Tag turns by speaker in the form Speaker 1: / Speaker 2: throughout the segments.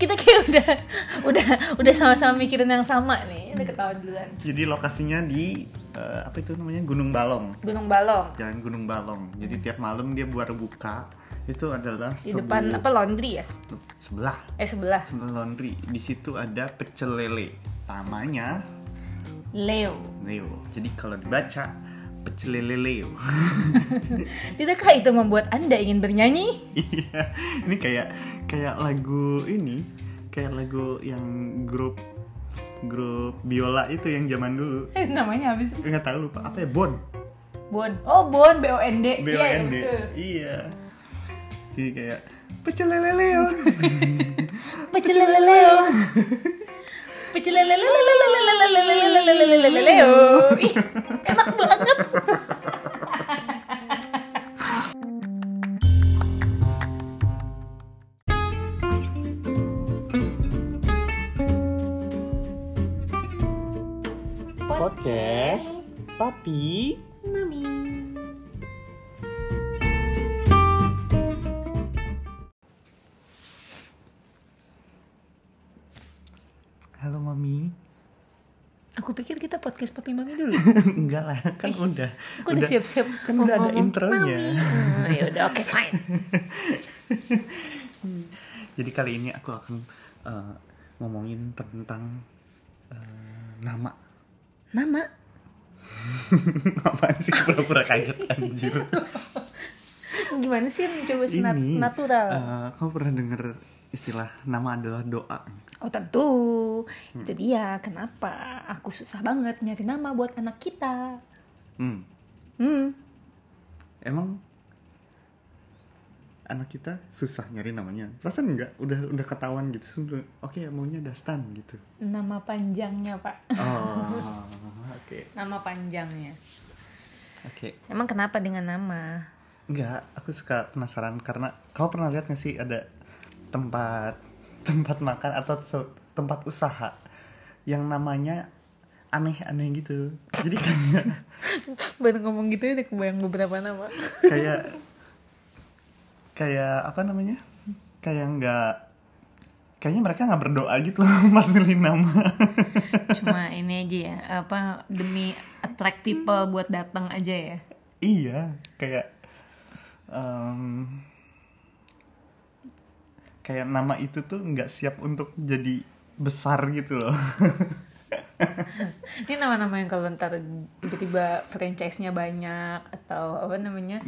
Speaker 1: kita kayak udah udah udah sama-sama mikirin yang sama nih udah ketawa duluan
Speaker 2: Jadi lokasinya di eh, apa itu namanya Gunung Balong.
Speaker 1: Gunung Balong
Speaker 2: Jalan Gunung Balong. Jadi tiap malam dia buat buka itu adalah
Speaker 1: di depan
Speaker 2: sebu-
Speaker 1: apa laundry ya
Speaker 2: sebelah
Speaker 1: eh sebelah
Speaker 2: sebelah laundry. Di situ ada pecel lele. Namanya
Speaker 1: Leo
Speaker 2: Leo. Jadi kalau dibaca pecel lele Leo.
Speaker 1: tidakkah itu membuat anda ingin bernyanyi
Speaker 2: Iya, ini kayak kayak lagu ini, kayak lagu yang grup grup biola itu yang zaman dulu.
Speaker 1: eh, namanya habis
Speaker 2: Enggak tahu lupa apa ya Bon.
Speaker 1: Bon oh Bon B O N D
Speaker 2: B O N D. Iya. Jadi kayak pecel lele Leo.
Speaker 1: pecel lele Leo pecel lele lele lele lele lele lele lele lele Leo Ih, enak banget
Speaker 2: Podcast tapi
Speaker 1: mami
Speaker 2: Halo mami.
Speaker 1: aku pikir kita podcast papi mami dulu
Speaker 2: Enggak lah, kan udah.
Speaker 1: aku udah siap-siap
Speaker 2: Kan udah ada
Speaker 1: ngomong,
Speaker 2: intronya.
Speaker 1: "Mami." oh, ya udah oke fine
Speaker 2: Jadi kali ini aku akan eh, ngomongin tentang eh, nama.
Speaker 1: nama
Speaker 2: Apaan sih pura-pura kaget anjir.
Speaker 1: gimana sih coba
Speaker 2: ini
Speaker 1: senat natural
Speaker 2: eh, kamu pernah dengar istilah nama adalah doa
Speaker 1: oh tentu itu dia kenapa aku susah banget nyari nama buat anak kita
Speaker 2: hmm.
Speaker 1: hmm
Speaker 2: emang anak kita susah nyari namanya perasaan enggak udah udah ketahuan gitu Terus udah, oke maunya Dastan gitu
Speaker 1: nama panjangnya pak
Speaker 2: oh oke
Speaker 1: nama panjangnya
Speaker 2: oke
Speaker 1: emang kenapa dengan nama
Speaker 2: enggak aku suka penasaran karena kau pernah lihat nggak sih ada tempat tempat makan atau so- tempat usaha yang namanya aneh-aneh gitu jadi kayak
Speaker 1: baru ngomong gitu udah kebayang beberapa nama
Speaker 2: kayak kayak apa namanya kayak nggak kayaknya mereka nggak berdoa gitu loh pas milih nama
Speaker 1: cuma ini aja ya apa demi attract people buat datang aja ya
Speaker 2: iya kayak em, kayak nama itu tuh nggak siap untuk jadi besar gitu loh
Speaker 1: ini nama-nama yang kalau ntar tiba-tiba franchise-nya banyak atau apa namanya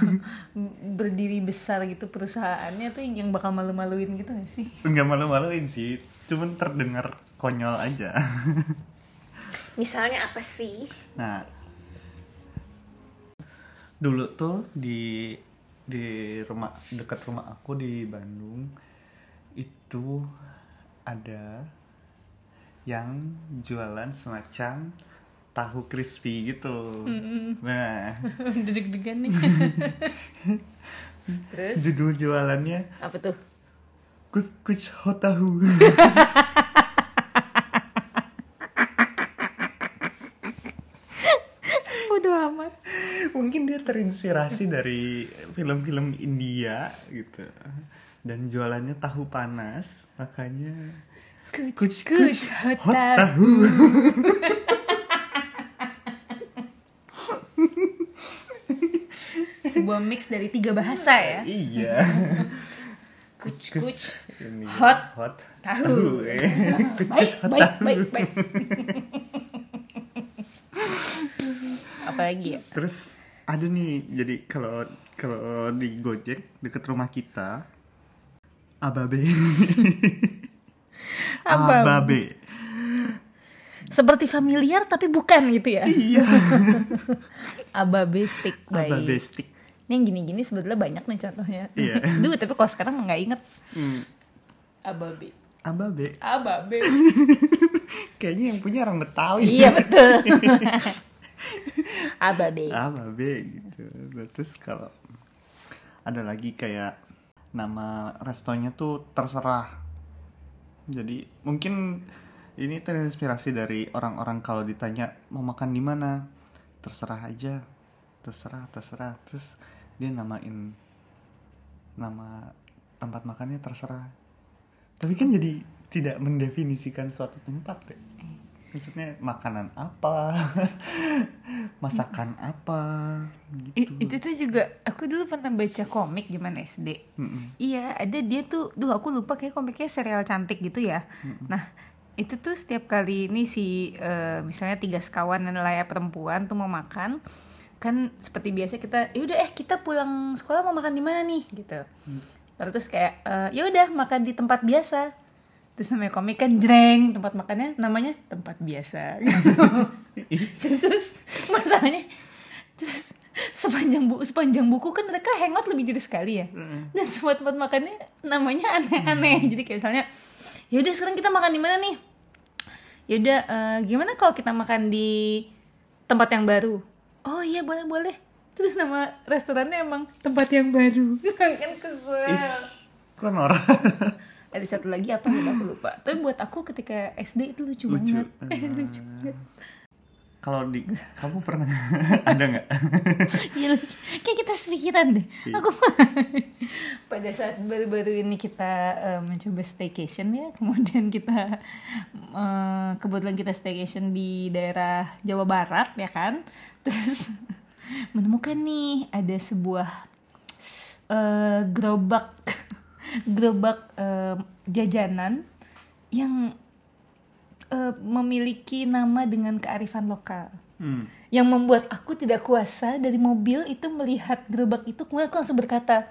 Speaker 1: berdiri besar gitu perusahaannya tuh yang bakal malu-maluin gitu gak sih
Speaker 2: nggak malu-maluin sih cuman terdengar konyol aja
Speaker 1: misalnya apa sih
Speaker 2: Nah, dulu tuh di di rumah dekat rumah aku di Bandung itu ada yang jualan semacam tahu crispy gitu. Nah,
Speaker 1: deg-degan nih terus
Speaker 2: judul jualannya
Speaker 1: apa tuh
Speaker 2: kus kus hotahu.
Speaker 1: bodoh amat
Speaker 2: Mungkin dia terinspirasi dari film-film India gitu. Dan jualannya tahu panas, makanya
Speaker 1: kuch
Speaker 2: Kuch,
Speaker 1: kuch
Speaker 2: kuch, hot
Speaker 1: hotel
Speaker 2: tahu.
Speaker 1: sebuah mix dari tiga bahasa ya
Speaker 2: Iya.
Speaker 1: kuch kuch
Speaker 2: Ini
Speaker 1: Hot
Speaker 2: hot
Speaker 1: tahu.
Speaker 2: eh. Kuch,
Speaker 1: baik
Speaker 2: hot
Speaker 1: baik
Speaker 2: tahu.
Speaker 1: baik baik apalagi ya
Speaker 2: Terus ada nih jadi kalau kalau di Gojek deket rumah kita Ababe.
Speaker 1: Ababe.
Speaker 2: Ababe.
Speaker 1: seperti familiar tapi bukan gitu ya
Speaker 2: Iya.
Speaker 1: ababe stick baik
Speaker 2: Ababe stick.
Speaker 1: ini yang gini-gini sebetulnya banyak nih contohnya
Speaker 2: Iya.
Speaker 1: Duh, tapi kalau sekarang nggak inget
Speaker 2: Hmm.
Speaker 1: ababe
Speaker 2: Ababe.
Speaker 1: ababe
Speaker 2: Kayaknya yang punya orang Betawi.
Speaker 1: iya betul ababe
Speaker 2: Ababe Ah, gitu. Terus kalau ada lagi kayak nama restonya tuh terserah. Jadi mungkin ini terinspirasi dari orang-orang kalau ditanya mau makan di mana, terserah aja. Terserah, terserah. Terus dia namain nama tempat makannya terserah tapi kan jadi tidak mendefinisikan suatu tempat ya maksudnya makanan apa masakan apa
Speaker 1: I-
Speaker 2: gitu
Speaker 1: itu tuh juga aku dulu pernah baca komik zaman SD
Speaker 2: Mm-mm.
Speaker 1: Iya, ada dia tuh, duh aku lupa kayak komiknya serial cantik gitu ya. Nah, itu tuh setiap kali ini si eh, misalnya tiga sekawan dan layak perempuan tuh mau makan, kan seperti biasa kita, yaudah eh kita pulang sekolah mau makan di mana nih gitu. Lalu terus kayak, eh, yaudah makan di tempat biasa. Terus namanya komik kan jreng, tempat makannya namanya tempat biasa. terus masalahnya, terus sepanjang buku sepanjang buku kan mereka hangout lebih dari sekali ya dan semua tempat makannya namanya aneh-aneh jadi kayak misalnya yaudah sekarang kita makan di mana nih yaudah eh, gimana kalau kita makan di tempat yang baru oh iya boleh boleh terus nama restorannya emang tempat yang baru kan kesel
Speaker 2: kan orang
Speaker 1: ada satu lagi apa yang aku lupa tapi buat aku ketika SD itu lucu,
Speaker 2: lucu
Speaker 1: banget lucu banget
Speaker 2: kalau di kamu pernah ada nggak
Speaker 1: Iya, kayak kita sepikiran deh. Aku pada saat baru-baru ini kita eh, mencoba staycation ya, kemudian kita eh, kebetulan kita staycation di daerah Jawa Barat ya kan, terus menemukan nih ada sebuah eh, gerobak gerobak eh, jajanan yang eh, memiliki nama dengan kearifan lokal
Speaker 2: Hmm.
Speaker 1: yang membuat aku tidak kuasa dari mobil itu melihat gerobak itu kemudian aku langsung berkata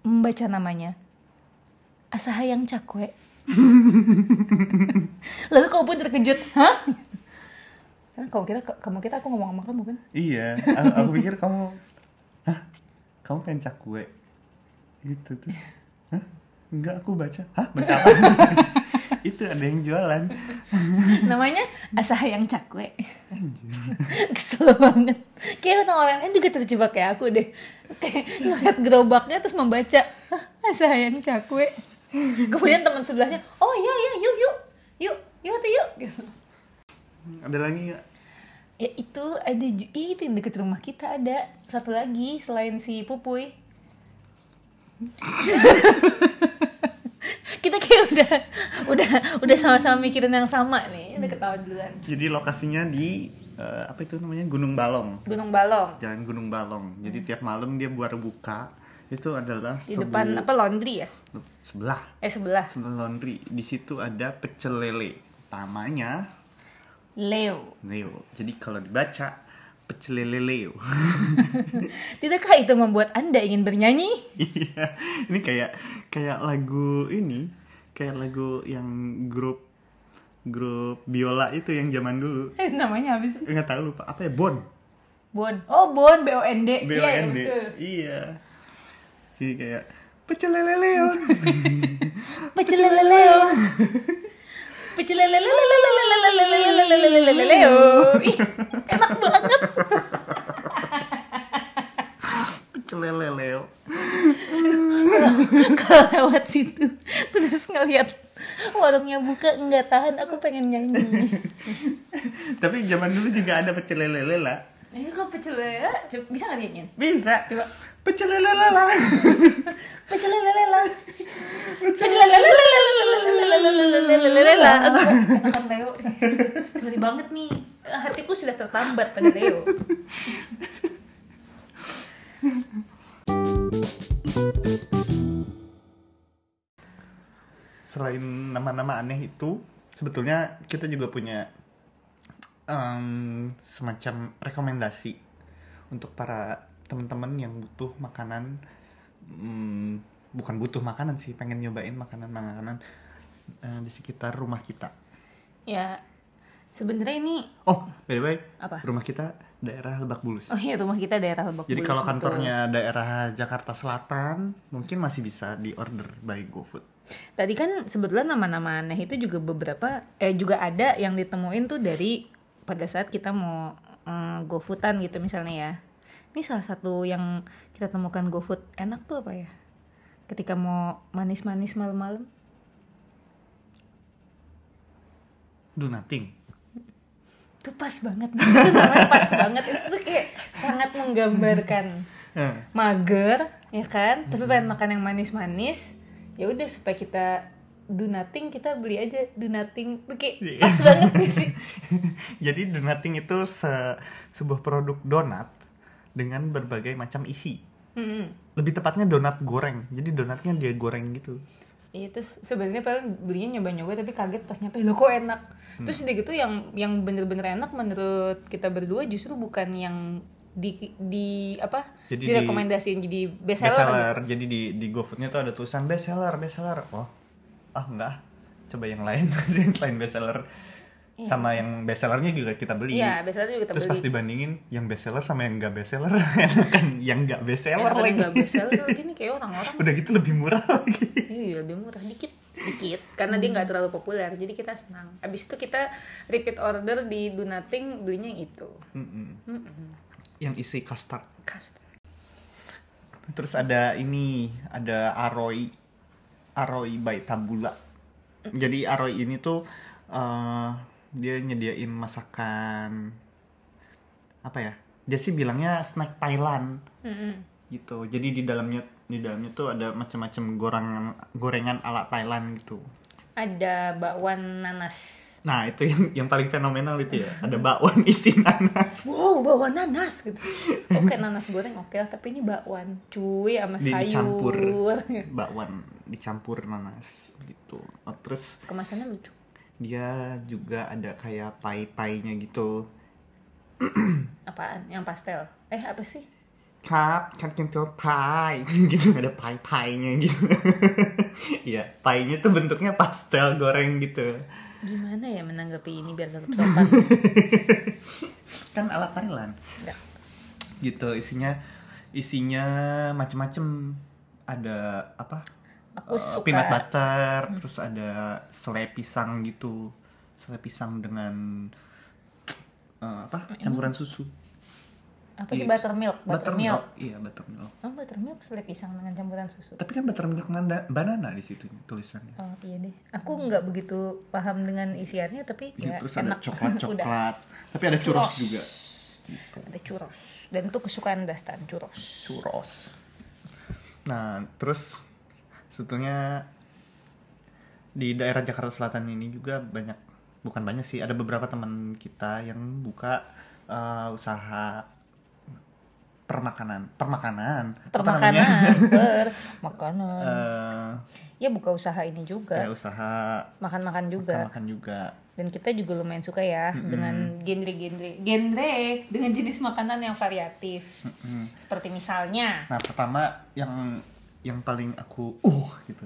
Speaker 1: membaca namanya Asahayang Cakwe lalu kamu pun terkejut hah karena kamu kira kamu kira aku ngomong sama kamu kan
Speaker 2: iya aku, aku pikir kamu hah kamu pengen cak gue gitu tuh hah enggak aku baca hah baca apa itu ada yang jualan
Speaker 1: namanya Asahayang Cakwe kesel banget kayak orang-orang lain juga terjebak kayak aku deh kayak ngeliat gerobaknya terus membaca "Hah, Asahayang Cakwe kemudian teman sebelahnya oh iya iya yuk yuk yuk yuk tuh yuk
Speaker 2: ada lagi nggak?
Speaker 1: ya itu ada ju- ih, itu yang deket rumah kita ada satu lagi selain si Pupuy kita kayak udah udah udah sama-sama mikirin yang sama nih udah ketawa duluan
Speaker 2: jadi lokasinya di eh, apa itu namanya Gunung Balong
Speaker 1: Gunung Balong
Speaker 2: Jalan Gunung Balong. Jadi tiap malam dia buat buka itu adalah
Speaker 1: di
Speaker 2: sebu-
Speaker 1: depan apa laundry ya
Speaker 2: sebelah
Speaker 1: eh sebelah
Speaker 2: sebelah laundry. Di situ ada pecel lele. Namanya
Speaker 1: Leo
Speaker 2: Leo. Jadi kalau dibaca pecel lele Leo.
Speaker 1: tidakkah itu membuat anda ingin bernyanyi
Speaker 2: Iya. ini kayak kayak lagu ini, kayak lagu yang grup grup biola itu yang zaman dulu.
Speaker 1: Eh, namanya habis
Speaker 2: Enggak tahu lupa apa ya Bon.
Speaker 1: Bon oh Bon B O N D Iya, iya,
Speaker 2: BOND.
Speaker 1: betul.
Speaker 2: Iya. Jadi kayak pecel lele Leo.
Speaker 1: Peceleleleo. Peceleleleleleleleleleleleleleleleleleleleleleleleleleleleleleleleleleleleleleleleleleleleleleleleleleleleleleleleleleleleleleleleleleleleleleo. Ih, Enak banget.
Speaker 2: pecel lele Leo.
Speaker 1: Kalau lewat situ terus ngelihat warungnya buka nggak tahan aku pengen nyanyi.
Speaker 2: Tapi zaman dulu juga ada pecel lele lela.
Speaker 1: Ayo kok pecelele bisa nggak nyanyiin?
Speaker 2: Bisa.
Speaker 1: Coba.
Speaker 2: Pecel lele lela.
Speaker 1: Pecelelelela. Pecelelelelelelelelelelelelelelelelelelelelelelelelelelelelelelelelelelelelelelelelelelelelelelelel. Aduh, enakan Leo. Sorry banget nih. Hatiku sudah tertambat pada Leo.
Speaker 2: Selain nama-nama aneh itu, sebetulnya kita juga punya em, semacam rekomendasi untuk para teman-teman yang butuh makanan mm, bukan butuh makanan sih, pengen nyobain makanan-makanan eh, di sekitar rumah kita.
Speaker 1: Ya, sebenarnya ini
Speaker 2: Oh, by the way,
Speaker 1: Apa?
Speaker 2: rumah kita daerah Lebak Bulus.
Speaker 1: Oh iya rumah kita daerah Lebak
Speaker 2: Jadi
Speaker 1: Bulus, gitu.
Speaker 2: kalau
Speaker 1: betul.
Speaker 2: kantornya daerah Jakarta Selatan, mungkin masih bisa di order by GoFood.
Speaker 1: Tadi kan sebetulnya nama-nama aneh itu juga beberapa eh juga ada yang ditemuin tuh dari pada saat kita mau mm, GoFoodan gitu misalnya ya. Ini salah satu yang kita temukan GoFood enak tuh apa ya? Ketika mau manis-manis malam-malam.
Speaker 2: Do nothing.
Speaker 1: Itu pas banget. Itu namanya pas banget. Itu tuh kayak sangat menggambarkan
Speaker 2: Eh,
Speaker 1: mager, ya kan tapi pengen makan yang manis-manis ya udah supaya kita do nothing kita beli aja do nothing Tuh kayak
Speaker 2: Iya.
Speaker 1: pas banget gak sih
Speaker 2: Jadi donating itu se- sebuah produk donat dengan berbagai macam isi.
Speaker 1: Mm-mm.
Speaker 2: Lebih tepatnya donat goreng. Jadi donatnya dia goreng gitu.
Speaker 1: Iya terus sebenarnya paling belinya nyoba-nyoba tapi kaget pas nyampe lo kok enak.
Speaker 2: Hmm.
Speaker 1: Terus udah gitu yang yang bener-bener enak menurut kita berdua justru bukan yang di di apa
Speaker 2: Jadi
Speaker 1: direkomendasiin jadi best
Speaker 2: Bestseller.
Speaker 1: seller.
Speaker 2: Jadi di di GoFoodnya tuh ada tulisan bestseller, bestseller. Oh, ah enggak. ah. Coba yang lain yang selain bestseller. Sama yang bestsellernya juga kita beli.
Speaker 1: Iya, best seller juga kita
Speaker 2: Terus
Speaker 1: beli.
Speaker 2: pas dibandingin yang bestseller sama yang enggak bestseller, kan yang enggak bestseller
Speaker 1: Enakan yang
Speaker 2: lagi.
Speaker 1: nggak best seller lagi nih kayak orang-orang
Speaker 2: Udah gitu lebih murah lagi.
Speaker 1: Iya lebih murah dikit dikit karena dia nggak terlalu populer jadi kita senang. Abis itu kita repeat order di do nothing belinya yang itu.
Speaker 2: Mm-mm.
Speaker 1: Mm-mm.
Speaker 2: Yang isi custard.
Speaker 1: Custom.
Speaker 2: Terus ada ini, ada Aroi. Aroi by Tabula. Jadi Aroi ini tuh eh, dia nyediain masakan apa ya? Dia sih bilangnya snack Thailand
Speaker 1: Mm-mm.
Speaker 2: gitu. Jadi di dalamnya di dalamnya tuh ada macam-macam gorengan gorengan ala Thailand gitu.
Speaker 1: Ada bakwan nanas.
Speaker 2: Nah, itu yang yang paling fenomenal itu ya. Ada bakwan isi nanas.
Speaker 1: wow bakwan nanas gitu oke nanas goreng oke lah tapi ini bakwan cuy sama
Speaker 2: Di- dicampur.
Speaker 1: sayur
Speaker 2: Bakwan dicampur nanas gitu. Oh, Terus
Speaker 1: kemasannya lucu
Speaker 2: dia juga ada kayak pai-painya gitu
Speaker 1: apaan yang pastel eh apa sih
Speaker 2: cup cup kentil pie gitu ada pai-painya gitu Iya, painya tuh bentuknya pastel goreng gitu
Speaker 1: gimana ya menanggapi ini biar tetap sopan
Speaker 2: kan ala Thailand
Speaker 1: Nggak.
Speaker 2: gitu isinya isinya macem-macem ada apa
Speaker 1: aku
Speaker 2: eh,
Speaker 1: suka
Speaker 2: peanut butter terus ada selai pisang gitu selai pisang dengan eh, apa campuran susu
Speaker 1: apa sih
Speaker 2: Iya.
Speaker 1: buttermilk buttermilk
Speaker 2: buttermilk iya buttermilk
Speaker 1: oh buttermilk selai pisang dengan campuran susu
Speaker 2: Tapi kan buttermilk manda- banana di situ tulisannya.
Speaker 1: oh iya deh aku nggak begitu paham dengan isiannya tapi
Speaker 2: Iya,
Speaker 1: ya,
Speaker 2: terus
Speaker 1: enak
Speaker 2: ada
Speaker 1: Udah.
Speaker 2: coklat-coklat. Tapi ada churros juga. Gitu.
Speaker 1: ada churros dan itu kesukaan Dastan churros
Speaker 2: Churros. Nah, terus sebetulnya di daerah Jakarta Selatan ini juga banyak bukan banyak sih, ada beberapa teman kita yang buka eh, usaha permakanan, permakanan, Apa namanya?
Speaker 1: permakanan ber makanan
Speaker 2: Eh,
Speaker 1: ya buka usaha ini juga
Speaker 2: kayak usaha
Speaker 1: makan-makan juga
Speaker 2: makan juga.
Speaker 1: dan kita juga lumayan suka ya dengan genre-genre genre dengan jenis makanan yang variatif
Speaker 2: Mm-mm.
Speaker 1: seperti misalnya
Speaker 2: Nah pertama yang yang paling aku uh gitu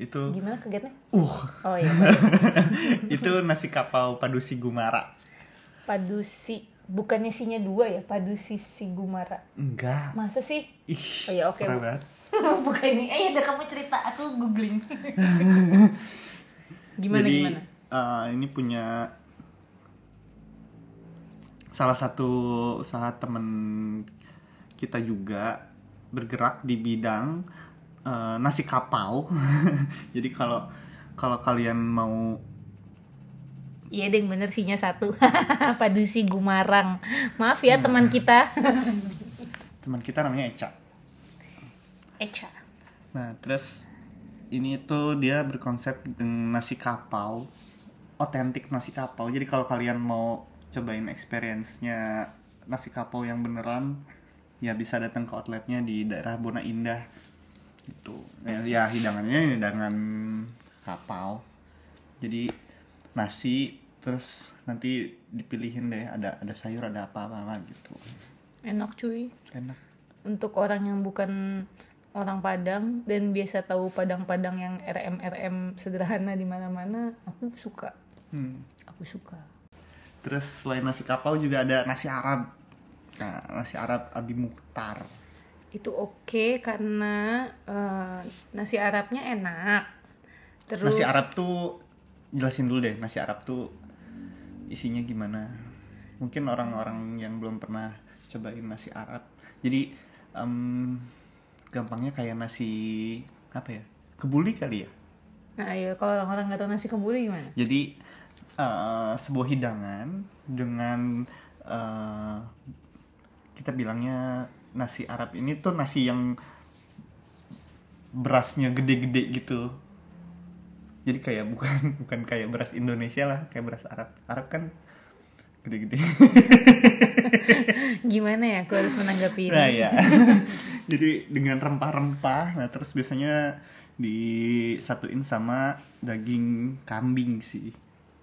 Speaker 2: itu
Speaker 1: gimana kegiatannya
Speaker 2: uh
Speaker 1: oh iya
Speaker 2: itu nasi kapau padusi gumara
Speaker 1: padusi bukannya sinya dua ya padusi sigumara
Speaker 2: enggak
Speaker 1: masa sih
Speaker 2: ih
Speaker 1: oh iya oke
Speaker 2: parah banget.
Speaker 1: bukan ini eh udah kamu cerita aku googling gimana
Speaker 2: jadi
Speaker 1: gimana
Speaker 2: eh, ini punya salah satu usaha temen kita juga bergerak di bidang eh, nasi kapau jadi kalau kalau kalian mau
Speaker 1: iya deh yang bener sinya satu padusi gumarang maaf ya teman kita
Speaker 2: teman kita namanya Eca
Speaker 1: Echa
Speaker 2: Nah, terus ini tuh dia berkonsep dengan nasi kapau, otentik nasi kapau. Jadi kalau kalian mau cobain experience-nya nasi kapau yang beneran, ya bisa datang ke outletnya di daerah Bona Indah. Gitu. Ya, ya, hidangannya hidangan kapau. Jadi nasi terus nanti dipilihin deh ada ada sayur ada apa apa gitu
Speaker 1: enak cuy
Speaker 2: enak
Speaker 1: untuk orang yang bukan orang Padang dan biasa tahu Padang-Padang yang RM-RM sederhana di mana-mana, aku suka.
Speaker 2: Hmm.
Speaker 1: Aku suka.
Speaker 2: Terus selain nasi kapau juga ada nasi Arab. Nah, nasi Arab Abi Mukhtar.
Speaker 1: Itu oke karena eh, nasi Arabnya enak. Terus
Speaker 2: Nasi Arab tuh jelasin dulu deh, nasi Arab tuh isinya gimana. Mungkin orang-orang yang belum pernah cobain nasi Arab. Jadi em, gampangnya kayak nasi apa ya? Kebuli kali ya.
Speaker 1: Nah, ayo kalau orang-orang nggak tahu nasi kebuli gimana?
Speaker 2: Jadi eh, sebuah hidangan dengan eh, kita bilangnya nasi Arab ini tuh nasi yang berasnya gede-gede gitu jadi kayak bukan bukan kayak beras Indonesia lah kayak beras Arab Arab kan gede-gede
Speaker 1: Gimana ya aku harus menanggapi ini?
Speaker 2: nah ya jadi dengan rempah-rempah nah terus biasanya disatuin sama daging kambing sih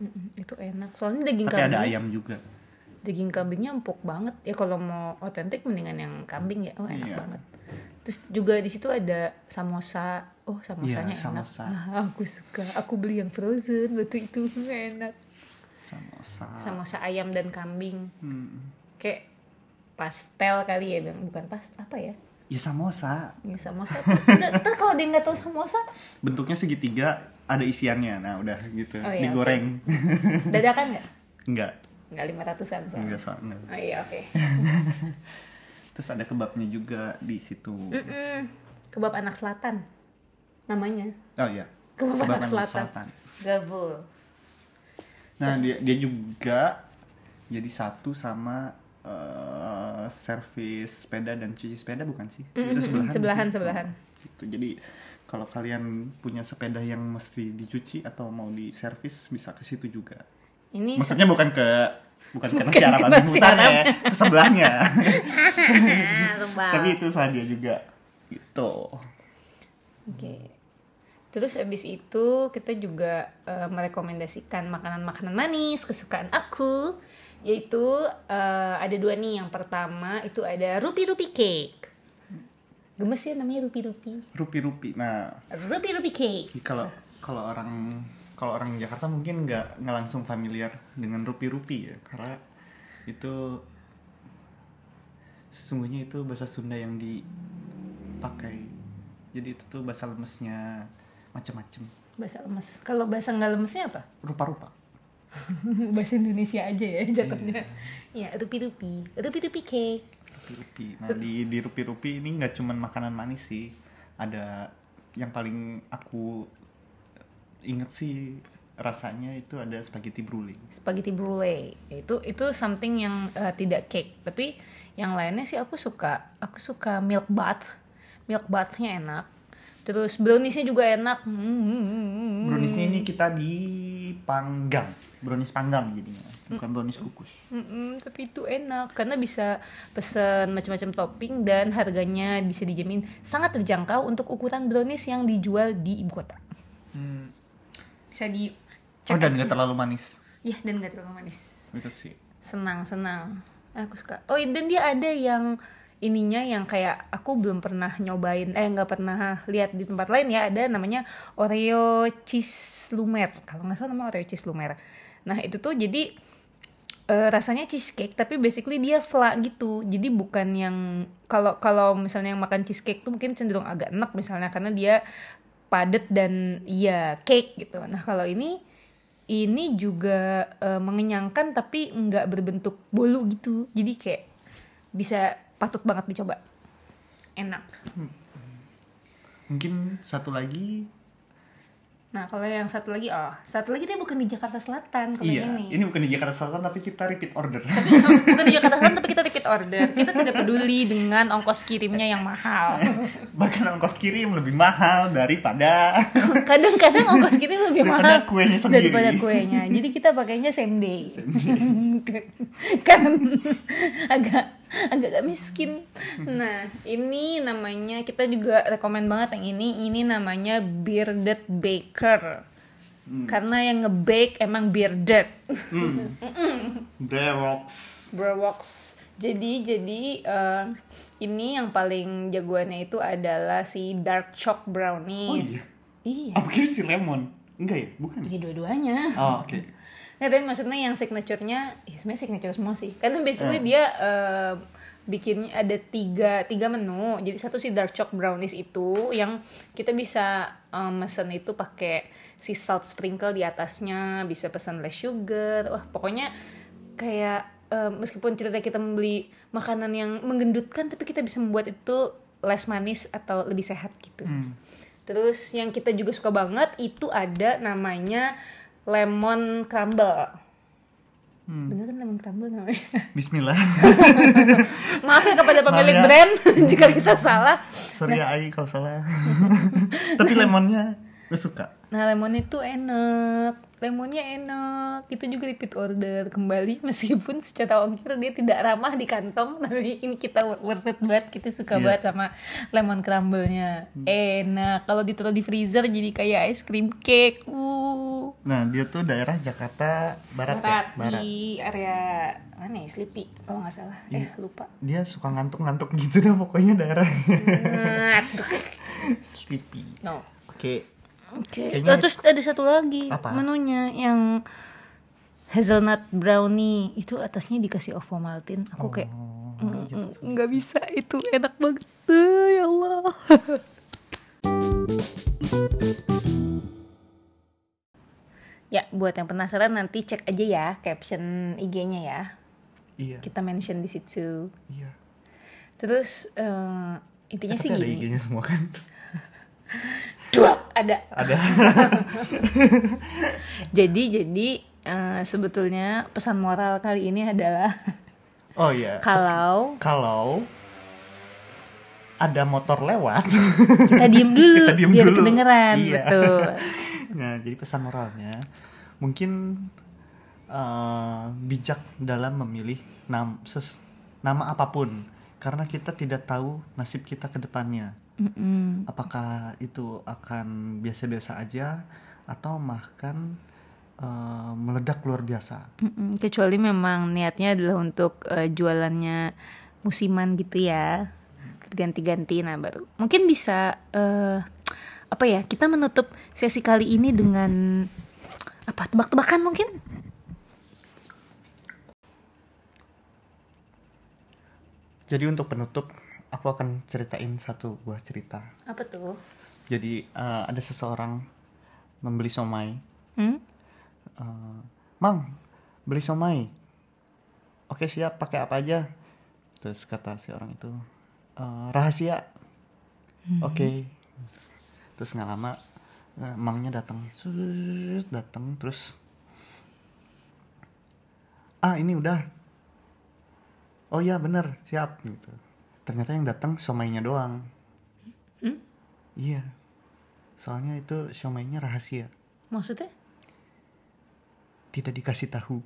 Speaker 1: Mm-mm, itu enak. Soalnya daging
Speaker 2: tapi
Speaker 1: kambing.
Speaker 2: ada ayam juga
Speaker 1: Daging kambingnya empuk banget. Ya kalau mau otentik mendingan yang kambing ya. Oh, enak
Speaker 2: Iya.
Speaker 1: banget. Terus juga di situ ada samosa. Oh, samosanya
Speaker 2: Iya,
Speaker 1: enak.
Speaker 2: samosa.
Speaker 1: Ah, aku suka. Aku beli yang frozen waktu itu. enak.
Speaker 2: samosa
Speaker 1: Samosa ayam dan kambing.
Speaker 2: Hmm.
Speaker 1: Kayak pastel kali ya, Bang. Bukan past apa ya?
Speaker 2: ya samosa
Speaker 1: Ini samosa. Nggak, Ntar kalau dia nggak tahu samosa,
Speaker 2: bentuknya segitiga ada isiannya nah udah gitu
Speaker 1: Oh, iya,
Speaker 2: digoreng
Speaker 1: dadakan nggak?
Speaker 2: enggak
Speaker 1: Nggak lima ratusan soalnya.
Speaker 2: enggak soalnya
Speaker 1: Oh iya, oke.
Speaker 2: terus ada kebabnya juga di situ
Speaker 1: Mm-mm. Kebab anak selatan. Namanya.
Speaker 2: oh iya
Speaker 1: Kebab anak selatan. Gabul.
Speaker 2: nah dia dia juga jadi satu sama eh, servis sepeda dan cuci sepeda bukan sih
Speaker 1: Mm, mm, mm. Sebelahan, sebelahan.
Speaker 2: itu Gitu. jadi kalau kalian punya sepeda yang mesti dicuci atau mau diservis bisa ke situ juga
Speaker 1: Ini
Speaker 2: maksudnya bukan ke bukan ke nasi
Speaker 1: Bukan
Speaker 2: Arab
Speaker 1: ke
Speaker 2: Amin
Speaker 1: nasi
Speaker 2: Utara
Speaker 1: Arab.
Speaker 2: ya, ke sebelahnya
Speaker 1: Ah, tebal.
Speaker 2: tapi itu saja juga gitu
Speaker 1: Oke. Terus abis itu kita juga eh, merekomendasikan makanan-makanan manis kesukaan aku, yaitu eh, ada dua nih. Yang pertama itu ada rupi-rupi cake. Gemes ya namanya rupi-rupi.
Speaker 2: rupi-rupi nah
Speaker 1: Rupi-rupi cake.
Speaker 2: kalau kalau orang kalau orang Jakarta mungkin nggak nggak langsung familiar dengan rupi-rupi ya karena itu sesungguhnya itu bahasa Sunda yang dipakai jadi itu tuh bahasa lemesnya macam-macam
Speaker 1: Bahasa lemes. Kalau bahasa nggak lemesnya apa?
Speaker 2: rupa-rupa
Speaker 1: bahasa Indonesia aja ya
Speaker 2: Iya.
Speaker 1: jatuhnya. Ya, rupi-rupi. Rupi-rupi cake.
Speaker 2: rupi-rupi nah di di rupi-rupi ini nggak cuman makanan manis sih ada yang paling aku inget sih rasanya itu ada spaghetti brulee
Speaker 1: spaghetti brulee itu itu something yang eh, tidak cake tapi yang lainnya sih aku suka aku suka milk bath milk bathnya enak terus browniesnya juga enak Mm, Hmm.
Speaker 2: Browniesnya ini kita dipanggang, brownies panggang jadinya, bukan brownies kukus.
Speaker 1: Mm-mm, Mm, tapi itu enak karena bisa pesan macam-macam topping dan harganya bisa dijamin sangat terjangkau untuk ukuran brownies yang dijual di ibu kota
Speaker 2: Hmm.
Speaker 1: bisa di
Speaker 2: Oh dan nggak terlalu manis,
Speaker 1: ya dan nggak terlalu manis
Speaker 2: itu sih.
Speaker 1: senang senang aku suka oh dan dia ada yang ininya yang kayak aku belum pernah nyobain eh nggak pernah lihat di tempat lain ya ada namanya Oreo cheese lumer kalau nggak salah nama Oreo cheese lumer nah itu tuh jadi eh, rasanya cheesecake tapi basically dia flat gitu jadi bukan yang kalau kalau misalnya yang makan cheesecake tuh mungkin cenderung agak enak misalnya karena dia padat dan ya cake gitu nah kalau ini ini juga eh, mengenyangkan tapi nggak berbentuk bolu gitu jadi kayak bisa patut banget dicoba enak
Speaker 2: Mungkin satu lagi,
Speaker 1: nah kalau yang satu lagi oh satu lagi dia bukan di Jakarta Selatan kalau
Speaker 2: iya,
Speaker 1: yang ini
Speaker 2: ini. bukan di Jakarta Selatan tapi kita repeat order.
Speaker 1: bukan di Jakarta Selatan tapi kita repeat order kita tidak peduli dengan ongkos kirimnya yang mahal
Speaker 2: Bahkan ongkos kirim lebih mahal daripada
Speaker 1: kadang-kadang ongkos kirim lebih mahal
Speaker 2: Daripada kuenya sendiri.
Speaker 1: daripada kuenya jadi kita pakainya same day, kan agak agak agak miskin nah ini namanya kita juga rekomend banget yang ini ini namanya bearded baker
Speaker 2: Hmm.
Speaker 1: karena yang ngebake emang bearded
Speaker 2: Brewoks.
Speaker 1: Brewoks. Jadi jadi eh, ini yang paling jagoannya itu adalah si dark choc brownies. iya.
Speaker 2: Aku kira si Lemon, enggak ya, bukan. ya?
Speaker 1: Iya dua-duanya.
Speaker 2: Oh, oke.
Speaker 1: Nah, tapi maksudnya yang signaturenya, ya sebenarnya signature semua sih. Karena basically dia eh, bikinnya ada tiga tiga menu. Jadi satu si dark choc brownies itu yang kita bisa eh, mesen itu pakai si salt sprinkle di atasnya, bisa pesan less sugar. Wah, pokoknya kayak eh, meskipun cerita kita membeli makanan yang menggendutkan, tapi kita bisa membuat itu less manis atau lebih sehat gitu. Terus yang kita juga suka banget itu ada namanya lemon crumble.
Speaker 2: Hmm.
Speaker 1: Bener kan lemon crumble namanya?
Speaker 2: Bismillah.
Speaker 1: Maaf ya kepada pemilik
Speaker 2: Maaf ya.
Speaker 1: brand jika kita salah.
Speaker 2: Sorry
Speaker 1: Nah.
Speaker 2: ya Ai kalau salah. Tapi lemonnya gue suka.
Speaker 1: Nah, lemon itu enak. Lemonnya enak. Itu juga repeat order kembali meskipun secara ongkir dia tidak ramah di kantong, tapi ini kita worth it banget. Kita suka
Speaker 2: Iya. Hmm.
Speaker 1: banget sama lemon crumble-nya. Enak. Kalau ditaruh di freezer jadi kayak es krim cake. Uh.
Speaker 2: Nah, dia tuh daerah Jakarta Barat, ya? Barat. Iya.
Speaker 1: di area mana ya? Sleepy kalau nggak salah. Eh, lupa.
Speaker 2: Dia suka ngantuk-ngantuk gitu dah pokoknya daerahnya. Nah, Sleepy.
Speaker 1: no.
Speaker 2: Oke.
Speaker 1: Oke,
Speaker 2: Kayaknya-
Speaker 1: terus ada satu lagi
Speaker 2: Apa?
Speaker 1: menunya yang hazelnut brownie itu atasnya dikasih ovo maltin. Aku kayak
Speaker 2: Oh, iya
Speaker 1: "Mm, mm,
Speaker 2: gitu.
Speaker 1: nggak bisa itu enak banget tuh ya Allah. ya buat yang penasaran nanti cek aja ya caption IG-nya ya.
Speaker 2: Iya.
Speaker 1: Kita mention di situ.
Speaker 2: Iya.
Speaker 1: Terus eh, intinya sih
Speaker 2: Tapi ada
Speaker 1: gini.
Speaker 2: IG-nya semua kan.
Speaker 1: Duap, ada
Speaker 2: Ada.
Speaker 1: Jadi jadi eh, sebetulnya pesan moral kali ini adalah
Speaker 2: Oh iya.
Speaker 1: kalau
Speaker 2: Kalau ada motor lewat.
Speaker 1: kita diem dulu
Speaker 2: Kita diem
Speaker 1: biar
Speaker 2: dulu.
Speaker 1: kedengeran
Speaker 2: Iya.
Speaker 1: betul.
Speaker 2: nah, jadi pesan moralnya mungkin eh, bijak dalam memilih nam- ses- nama apapun karena kita tidak tahu nasib kita ke depannya.
Speaker 1: Mm-mm.
Speaker 2: apakah itu akan biasa-biasa aja atau bahkan eh, meledak luar biasa
Speaker 1: Mm-mm. Kecuali memang niatnya adalah untuk eh, jualannya musiman gitu ya ganti-ganti nah baru mungkin bisa eh, apa ya kita menutup sesi kali ini dengan apa tebak-tebakan mungkin
Speaker 2: jadi untuk penutup aku akan ceritain satu buah cerita
Speaker 1: apa tuh
Speaker 2: jadi eh, ada seseorang membeli somai
Speaker 1: hmm?
Speaker 2: Eh, mang beli somai oke siap pakai apa aja terus kata si orang itu "Eh, rahasia oke terus nggak lama eh, mangnya datang Sut, datang terus ah ini udah oh iya bener siap gitu ternyata yang datang somainya doang iya soalnya itu somainya rahasia
Speaker 1: maksudnya
Speaker 2: tidak dikasih tahu